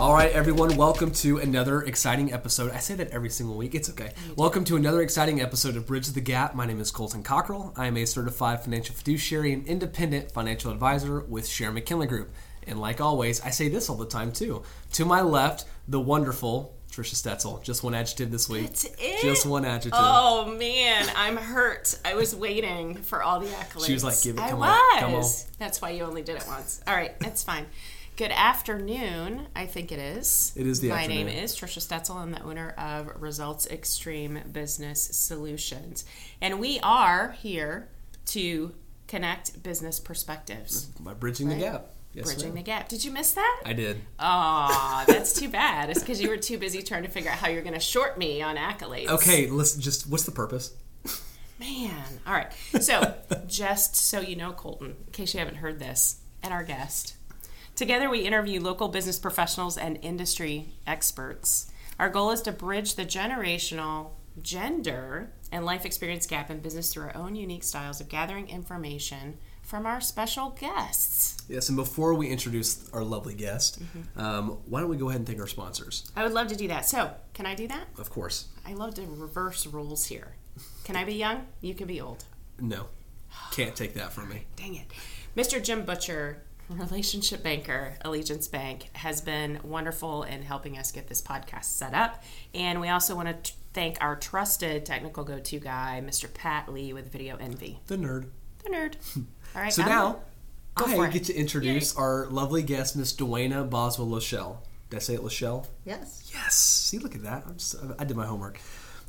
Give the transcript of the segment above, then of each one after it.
right, everyone, welcome to another exciting episode. I say that every single week. It's okay. Welcome to another exciting episode of Bridge the Gap. My name is Colton Cockrell. I am a certified financial fiduciary and independent financial advisor with Share McKinley Group. And like always, I say this all the time too. To my left, the wonderful Trisha Stetzel. Just one adjective this week. That's it? Just one adjective. Oh man, I'm hurt. I was waiting for all the accolades. She was like, "Give it, I come was. on, come on. That's why you only did it once. All right, that's fine. Good afternoon. I think it is. It is the My afternoon. name is Trisha Stetzel. I'm the owner of Results Extreme Business Solutions, and we are here to connect business perspectives, By bridging the gap. Mm, Yes, bridging the ma'am. gap. Did you miss that? I did. Aw, that's too bad. It's because you were too busy trying to figure out how you're going to short me on accolades. Okay, let's just. What's the purpose? Man. All right. So, just so you know, Colton, in case you haven't heard this, and our guest, together we interview local business professionals and industry experts. Our goal is to bridge the generational, gender, and life experience gap in business through our own unique styles of gathering information from our special guests. Yes, and before we introduce our lovely guest, Mm-hmm. um, why don't we go ahead and thank our sponsors? I would love to do that. So, can I do that? Of course. I love to reverse rules here. Can I be young? You can be old. No, can't take that from me. dang it. Mr. Jim Butcher, relationship banker, Allegiance Bank, has been wonderful in helping us get this podcast set up. And we also want to t- thank our trusted technical go to guy, Mr. Pat Lee with Video Envy. The nerd. The nerd. All right. So I'm- now, Go for I it. get to introduce our lovely guest, Miss Dwayna Boswell Lachelle. Did I say it Lachelle? Yes. Yes. See, look at that. I'm just, I did my homework.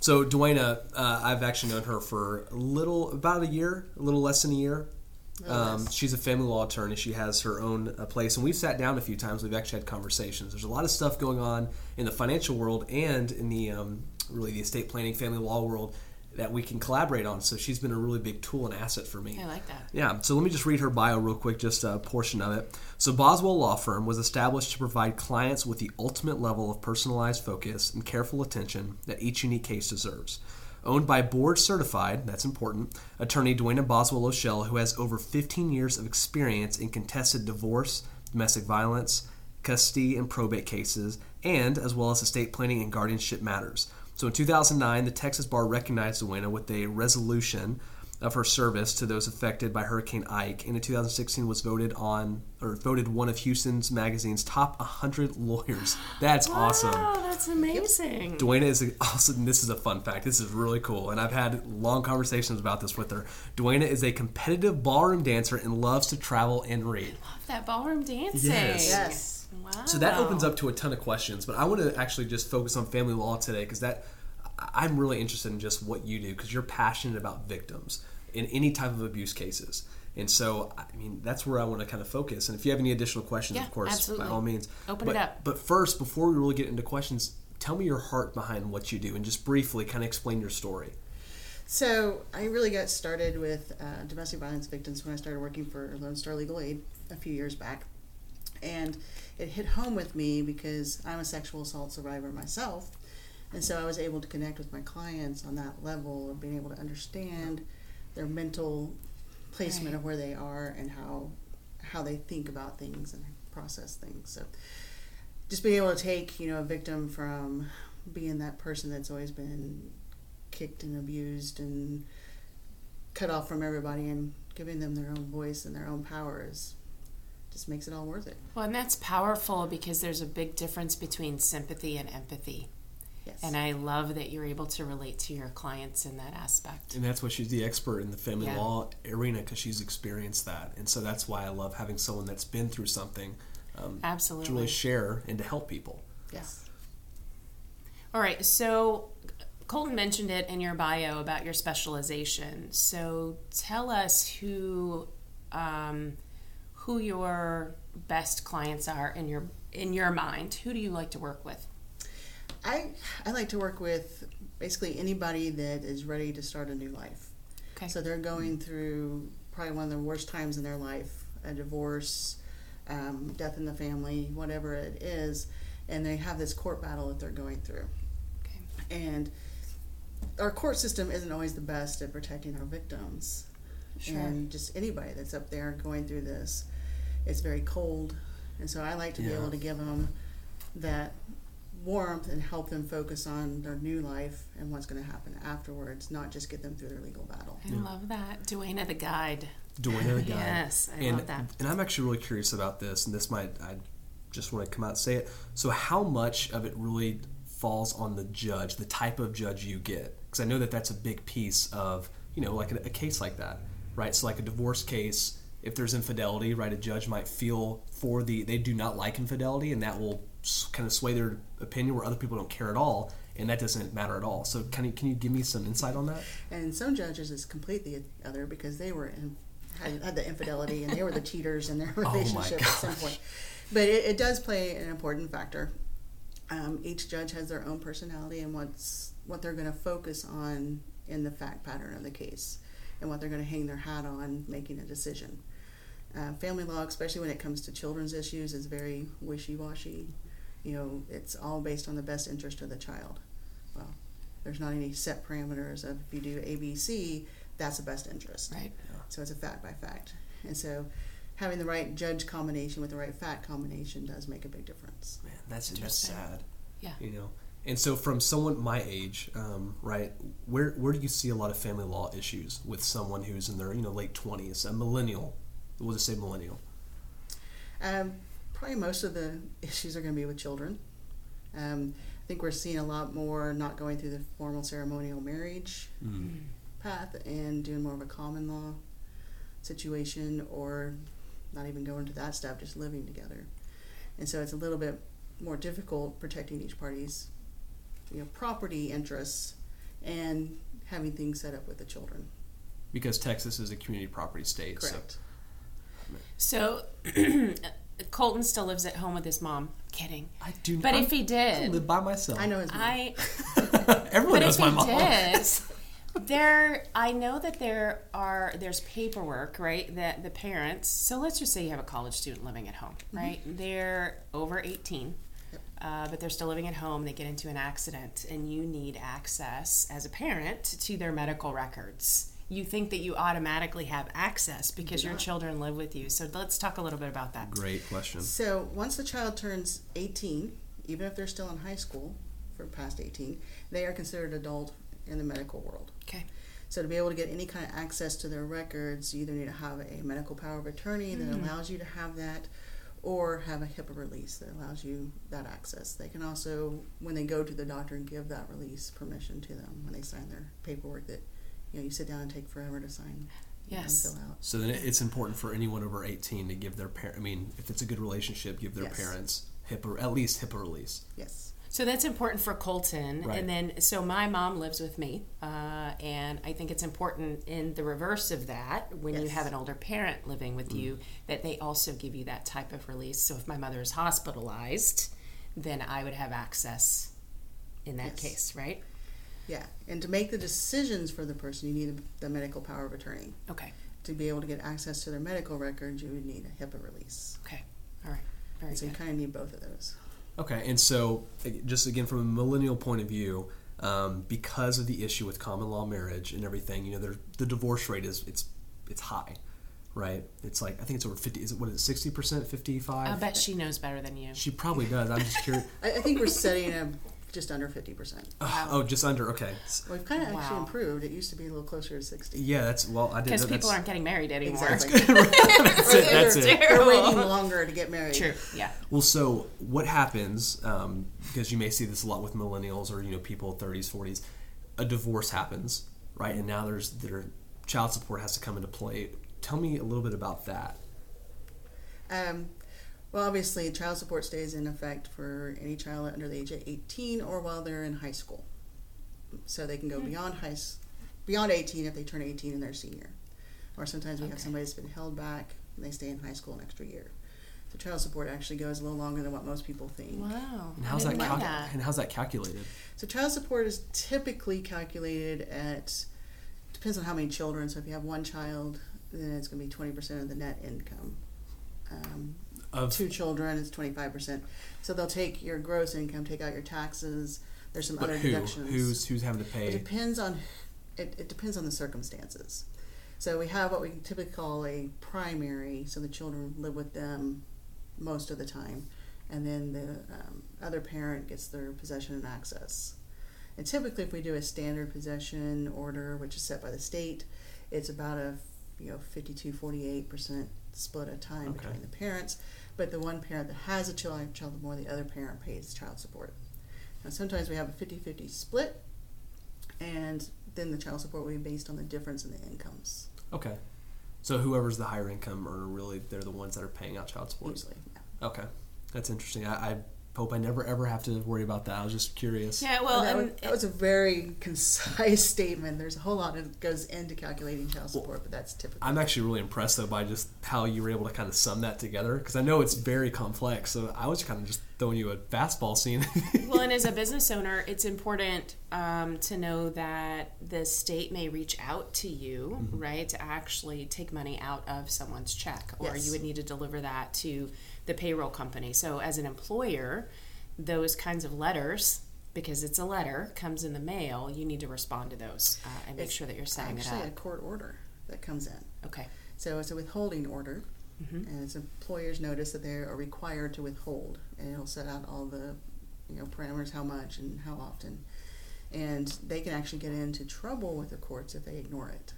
So Dwayna, uh, I've actually known her for a little, about a year, a little less than a year. Um, she's a family law attorney. She has her own uh, place, and we've sat down a few times. We've actually had conversations. There's a lot of stuff going on in the financial world and in the um, really the estate planning, family law world that we can collaborate on. So she's been a really big tool and asset for me. I like that. Yeah, so let me just read her bio real quick, just a portion of it. So, Boswell Law Firm was established to provide clients with the ultimate level of personalized focus and careful attention that each unique case deserves. Owned by board certified, that's important, attorney Dwayna Boswell O'Shell, who has over 15 years of experience in contested divorce, domestic violence, custody and probate cases, and as well as estate planning and guardianship matters. So in 2009, the Texas Bar recognized Duena with a resolution of her service to those affected by Hurricane Ike, and in 2016 was voted on or voted one of Houston's magazine's top 100 lawyers. That's awesome. Oh, that's amazing. Dwayna is a- also, and this is a fun fact. This is really cool, and I've had long conversations about this with her. Dwayna is a competitive ballroom dancer and loves to travel and read. Love that ballroom dancing. Yes. Oh, Yes. Wow. So that opens up to a ton of questions, but I want to actually just focus on family law today because that I- I'm really interested in just what you do because you're passionate about victims in any type of abuse cases. And so, I mean, that's where I want to kind of focus. And if you have any additional questions, Yeah, of course, absolutely. by all means, Open but, it up. But first, before we really get into questions, tell me your heart behind what you do, and just briefly kind of explain your story. So I really got started with uh, domestic violence victims when I started working for Lone Star Legal Aid a few years back. And it hit home with me because I'm a sexual assault survivor myself. And so I was able to connect with my clients on that level of being able to understand their mental placement of where they are and how how they think about things and process things. So just being able to take, you know, a victim from being that person that's always been kicked and abused and cut off from everybody and giving them their own voice and their own powers just makes it all worth it. Well, and that's powerful because there's a big difference between sympathy and empathy. Yes. And I love that you're able to relate to your clients in that aspect. And that's why she's the expert in the family Yeah. law arena because she's experienced that. And so that's why I love having someone that's been through something um, to really Absolutely. share and to help people. yes. All right. So Colton mentioned it in your bio about your specialization. So tell us who um, who your best clients are in your in your mind. Who do you like to work with? I I like to work with basically anybody that is ready to start a new life. Okay. So they're going through probably one of the worst times in their life, a divorce, um, death in the family, whatever it is, and they have this court battle that they're going through. okay. And our court system isn't always the best at protecting our victims. Sure. And just anybody that's up there going through this, it's very cold. And so I like to be Yeah. able to give them that warmth and help them focus on their new life and what's going to happen afterwards, not just get them through their legal battle. I love that. Duana the guide. Duana the guy. Yes, I and, love that. And I'm actually really curious about this, and this might, I just want to come out and say it. So, how much of it really falls on the judge, the type of judge you get? Because I know that that's a big piece of, you know, like a, a case like that, right? So, like a divorce case, if there's infidelity, right, a judge might feel for the, they do not like infidelity, and that will s- kind of sway their opinion where other people don't care at all. And that doesn't matter at all. So, can you, can you give me some insight on that? And some judges is completely other because they were in, had, had the infidelity and they were the cheaters in their Oh my relationship at some gosh. point. But it, it does play an important factor. Um, each judge has their own personality and what's what they're going to focus on in the fact pattern of the case and what they're going to hang their hat on making a decision. Uh, family law, especially when it comes to children's issues, is very wishy-washy. You know, it's all based on the best interest of the child. Well, there's not any set parameters of if you do ABC, that's the best interest. Right. So it's a fact by fact. And so having the right judge combination with the right fact combination does make a big difference. Man, that's that's Interesting. sad. Yeah. You know, and so from someone my age, um, right? Where where do you see a lot of family law issues with someone who's in their you know late twenties, a millennial? We'll just say millennial. Um, probably most of the issues are going to be with children. Um, I think we're seeing a lot more not going through the formal ceremonial marriage path and doing more of a common law situation or not even going to that step, just living together. And so it's a little bit more difficult protecting each party's you know, property interests and having things set up with the children. Because Texas is a community property state. Correct. So Colton still lives at home with his mom. Kidding. So I do. But I'm- if he I did, live by myself. I know his mom. I. Everyone But knows if my he mom. did, there. I know that there are. There's paperwork, right? That the parents. So let's just say you have a college student living at home, right? They're over 18, uh, but they're still living at home. They get into an accident, and you need access as a parent to their medical records. You think that you automatically have access because your children live with you. So let's talk a little bit about that. Great question. So once the child turns 18, even if they're still in high school for past 18, they are considered adult in the medical world. Okay. So to be able to get any kind of access to their records, you either need to have a medical power of attorney that allows you to have that, or have a HIPAA release that allows you that access. They can also, when they go to the doctor, and give that release permission to them when they sign their paperwork that you know you sit down and take forever to sign Yes. and fill out. So then it's important for anyone over eighteen to give their parent. I mean, if it's a good relationship, give their Yes. parents HIPAA at least HIPAA release. Yes. So that's important for Colton. Right. And then, so my mom lives with me. Uh, and I think it's important in the reverse of that, when you Yes. have an older parent living with you, Mm-hmm. that they also give you that type of release. So if my mother is hospitalized, then I would have access in that Yes. case, right? Yeah. And to make the decisions for the person, you need the medical power of attorney. Okay. to be able to get access to their medical records, you would need a HIPAA release. Okay. All right. Very So you good. kind of need both of those. Okay, and so ag- just again from a millennial point of view, um, because of the issue with common law marriage and everything, you know, there- the divorce rate is it's it's high, right? It's like I think it's over fifty. Is it what is it sixty percent, fifty I five? bet she knows better than you. She probably does. I'm just curious. I, I think we're setting up just under 50%. oh, just under. Okay, S- We've kind of actually Wow. improved. It used to be a little closer to 60. yeah, that's well. I didn't Because know people that's, aren't getting married anymore. Exactly. that's it. That's it. They're waiting Terrible. longer to get married. True. Yeah. Well, so what happens? Um, because you may see this a lot with millennials or you know people thirties, forties. A divorce happens, right? And now there's their child support has to come into play. Tell me a little bit about that. Um, well, obviously, child support stays in effect for any child under the age of 18 or while they're in high school. So they can go beyond high, s- beyond 18 if they turn 18 and they're senior. Or sometimes we have Okay. somebody that's been held back and they stay in high school an extra year. So child support actually goes a little longer than what most people think. Wow. And I how's that, didn't know calc- that? And how's that calculated? So child support is typically calculated at depends on how many children. So if you have one child, then it's going to be 20% of the net income. Um, Of two children, it's twenty five percent. So they'll take your gross income, take out your taxes. There's some but other who? deductions. Who's who's having to it pay? depends on it, it depends on the circumstances. So we have what we typically call a primary, so the children live with them most of the time, and then the um, other parent gets their possession and access. And typically, if we do a standard possession order, which is set by the state, it's about a you know 52 48 percent split of time Okay. between the parents. But the one parent that has a child, child the more the other parent pays child support. Now sometimes we have a 50 50 split, and then the child support will be based on the difference in the incomes. Okay. So whoever's the higher income earner, really, they're the ones that are paying out child support. Usually, yeah. Okay, that's interesting. I, I hope I never ever have to worry about that. I was just curious. Yeah, well, that, and was, that was a very concise statement. There's a whole lot that goes into calculating child Well, support, but that's typical. I'm actually really impressed though by just how you were able to kind of sum that together because I know it's very complex. So I was kind of just throwing you a fastball scene. well, and as a business owner, it's important um, to know that the state may reach out to you, Mm-hmm. right, to actually take money out of someone's check, or Yes. you would need to deliver that to the payroll company. So, as an employer, those kinds of letters, because it's a letter, comes in the mail. You need to respond to those uh, and make It's sure that you're setting it Actually, a up. court order that comes in. Okay. So it's a withholding order, and it's employer's notice that they are required to withhold, and it'll set out all the, you know, parameters, how much and how often, and they can actually get into trouble with the courts if they ignore it.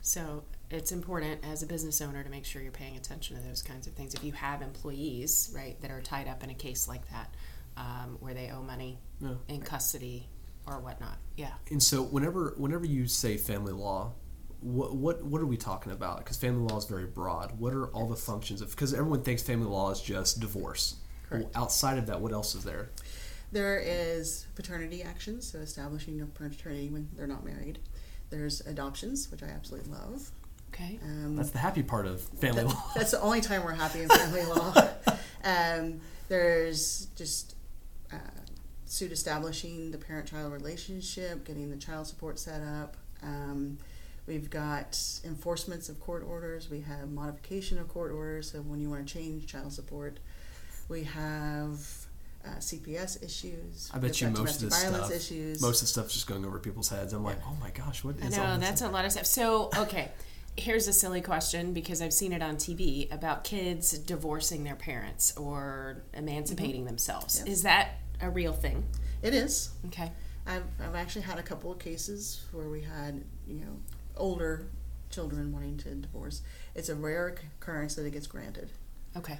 So it's important as a business owner to make sure you're paying attention to those kinds of things. If you have employees, right, that are tied up in a case like that, um, where they owe money Yeah. in custody or whatnot, yeah. and so whenever whenever you say family law, what what what are we talking about? Because family law is very broad. What are all the functions of? Because everyone thinks family law is just divorce. Correct. Well, outside of that, what else is there? There is paternity actions, so establishing a paternity when they're not married. There's adoptions, which I absolutely love. Okay. Um, That's the happy part of family That- law. That's the only time we're happy in family law. Um, there's just uh, suit establishing the parent-child relationship, getting the child support set up. Um, we've got enforcements of court orders. We have modification of court orders. So when you want to change child support, we have uh, CPS issues. I bet We've you got most of domestic this violence stuff- issues. Most of the stuff's just going over people's heads. I'm like, Yeah. oh my gosh, what I is all know, this? that's a lot of stuff. So, okay, here's a silly question because I've seen it on TV about kids divorcing their parents or emancipating themselves. Yep. Is that a real thing? it is. Okay. I've, I've actually had a couple of cases where we had, you know, older children wanting to divorce. It's a rare c- occurrence that it gets granted Okay.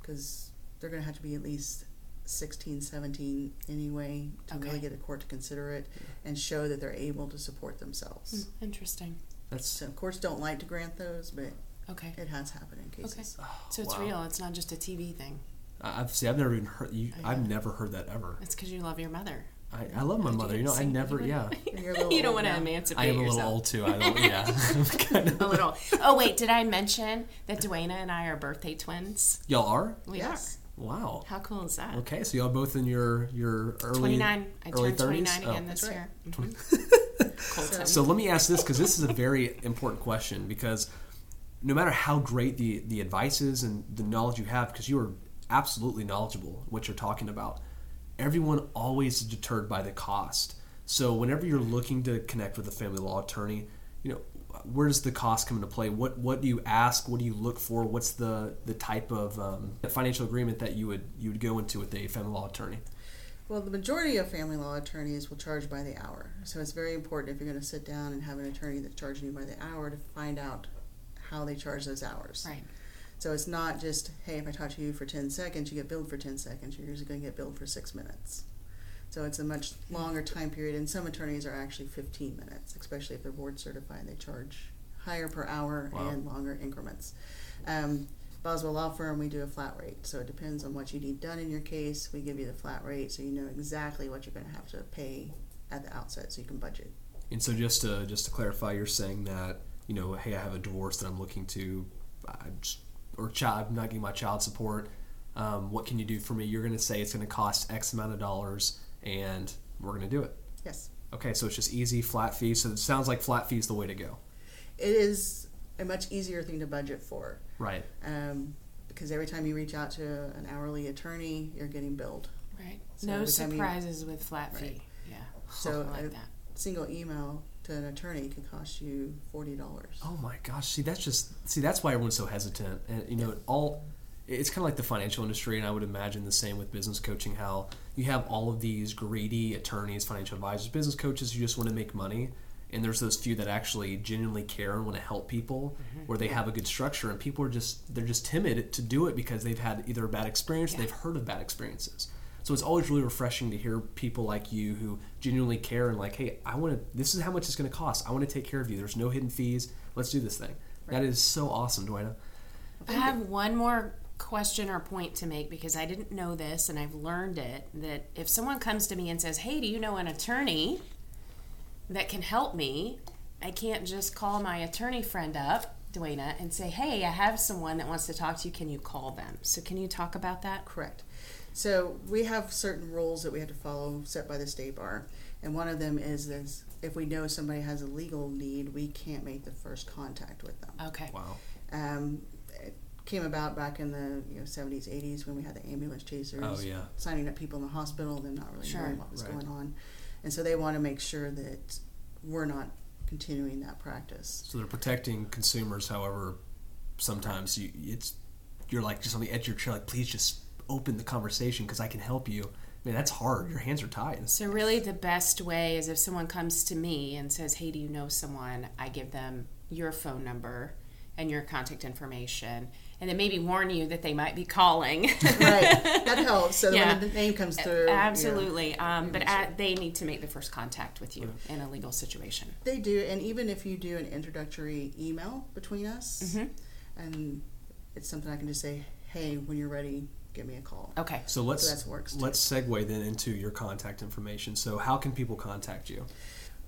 because they're going to have to be at least 16, 17 anyway to really Okay. Mm. get a court to consider it and show that they're able to support themselves. Hmm, Interesting. That's So courts don't like to grant those, but Okay. it has happened in Okay. cases. So it's wow. real. It's not just a TV thing. I- I've see. I've never even heard you. I I've know. never heard that ever. It's because you love your mother. I, I love my you mother. You get know, to I see- never. you Yeah, You're a little you don't old want to now. emancipate I am a little yourself. old too. I don't. Yeah, kind of. a little. Oh wait, did I mention that Dwayna and I are birthday twins? Y'all are. We Yes. Wow. are. How cool is that? Okay, so y'all both in your your early Twenty nine. I early turned twenty 30s? nine again Oh. this That's right. year. Mhm. Colton. So let me ask this because this is a very important question because no matter how great the the advice is and the knowledge you have, because you are absolutely knowledgeable what you're talking about, everyone always is deterred by the cost. So whenever you're looking to connect with a family law attorney, you know where does the cost come into play? What what do you ask? What do you look for? What's the the type of um, financial agreement that you would you would go into with a family law attorney? Well, the majority of family law attorneys will charge by the hour. So it's very important if you're going to sit down and have an attorney that's charging you by the hour to find out how they charge those hours. Right. So it's not just, hey, if I talk to you for 10 seconds, you get billed for 10 seconds. You're usually going to get billed for six minutes. So it's a much longer time period, and some attorneys are actually 15 minutes, especially if they're board certified. They charge higher per hour Wow. and longer increments. Um, Boswell Law Firm, we do a flat rate. So it depends on what you need done in your case. We give you the flat rate so you know exactly what you're going to have to pay at the outset so you can budget. And so, just to just to clarify, you're saying that you know, hey, I have a divorce that I'm looking to, I just, or child, I'm not getting my child support. Um, what can you do for me? You're going to say it's going to cost X amount of dollars, and we're going to do it. Yes. Okay, so it's just easy flat fee. So it sounds like flat fee is the way to go. It is a much easier thing to budget for. Right. um, because every time you reach out to an hourly attorney, you're getting billed. Right. So no every time you- surprises with flat fee. Right. Yeah. So I I- like that. Single email to an attorney can cost you forty dollars. Oh my gosh! See, that's just see that's why everyone's so hesitant, and you know, it all it's kind of like the financial industry, and I would imagine the same with business coaching. How you have all of these greedy attorneys, financial advisors, business coaches who just want to make money, and there's those few that actually genuinely care and want to help people, where they have a good structure, and people are just they're just timid to do it because they've had either a bad experience, or they've heard of bad experiences. So it's always really refreshing to hear people like you who genuinely care and like, hey, I want to. This is how much it's going to cost. I want to take care of you. There's no hidden fees. Let's do this thing. That is so awesome, Dwayna. I have one more question or point to make because I didn't know this and I've learned it that if someone comes to me and says, Hey, do you know an attorney that can help me? I can't just call my attorney friend up, Dwayna, and say, Hey, I have someone that wants to talk to you. Can you call them? So, can you talk about that? Correct. So we have certain rules that we have to follow set by the state bar, and one of them is this: if we know somebody has a legal need, we can't make the first contact with them. Okay. Wow. Um, it came about back in the you know seventies, eighties when we had the ambulance chasers. Oh, yeah. Signing up people in the hospital, then not really Sure. knowing what was Right. going on, and so they want to make sure that we're not continuing that practice. So they're protecting consumers. However, sometimes you it's you're like just on the edge of your chair, like please just open the conversation because I can help you. Man, that's hard. Your hands are tied. So, really, the best way is if someone comes to me and says, Hey, do you know someone? I give them your phone number and your contact information, and then maybe warn you that they might be calling. right, that helps. So Yeah. when the name comes through, you're- Absolutely. Um, but at, they need to make the first contact with you in a legal situation. They do, and even if you do an introductory email between us, Mm-hmm. and it's something I can just say, "Hey, when you're ready, give me a call." Okay. So let's So that's works, too. let's segue then into your contact information. So how can people contact you?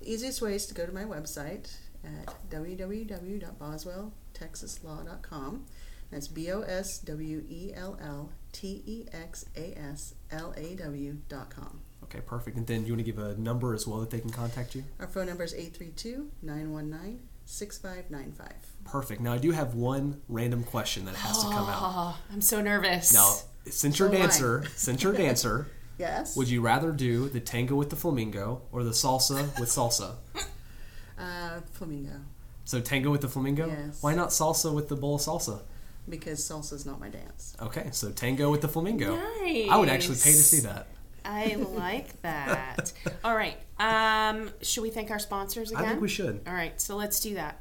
The easiest way is to go to my website at www.boswelltexaslaw.com. That's b o s w e l l t e x a s l a w dot com. Okay, perfect. And then you want to give a number as well that they can contact you. Our phone number is 832-919-6595. Perfect. Now I do have one random question that has to come out. Oh, I'm so nervous. Now, since you're a So am I. dancer, since you're a dancer, Yes. would you rather do the tango with the flamingo or the salsa with salsa? uh, flamingo, So tango with the flamingo. Yes. Why not salsa with the bowl of salsa? because salsa's not my dance. Okay, so tango with the flamingo. I would actually pay to see that. I like that. All right. Um, should we thank our sponsors again? I think we should. All right. So let's do that.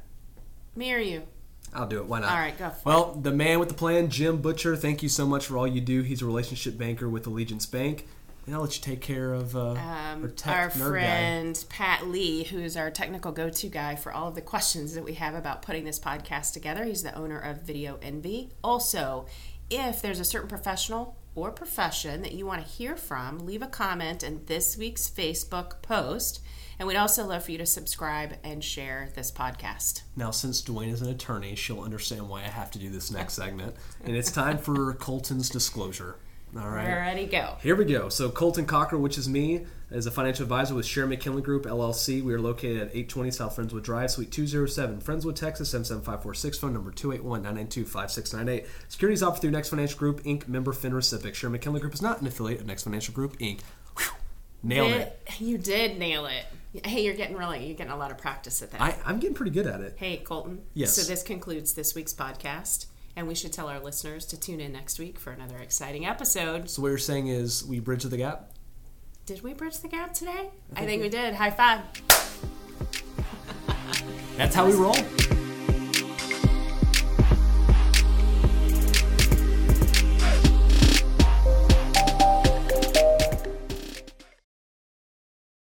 Me or you? I'll do it. Why not? All right, go for Well, the man with the plan, Jim Butcher. Thank you so much for all you do. He's a relationship banker with Allegiance Bank, and I'll let you take care of uh, our Um, tech our nerd guy. friend Pat Lee, who is our technical go to guy for all of the questions that we have about putting this podcast together. He's the owner of Video Envy. Also, if there's a certain professional or profession that you want to hear from, leave a comment in this week's Facebook post. And we'd also love for you to subscribe and share this podcast. Now, since Dwayne is an attorney, she'll understand why I have to do this next segment, and it's time for Colton's disclosure. All right. Ready, go. Here we go. So Colton Cocker, which is me, is a financial advisor with Sharon McKinley Group LLC. We are located at 820 South Friendswood Drive, Suite 207, Friendswood, Texas 77546. Phone number 281-992-5698. Securities offered through Next Financial Group Inc. Member FINRA SIPC. Sharon McKinley Group is not an affiliate of Next Financial Group Inc. Whew. Nailed it. Did- You did nail it. Hey, you're getting really, you're getting a lot of practice at that. I, I'm getting pretty good at it. Hey, Colton. Yes. So this concludes this week's podcast, and we should tell our listeners to tune in next week for another exciting episode. So what you're saying is we bridge the gap? Did we bridge the gap today? I think, we did. High five. That's how we roll.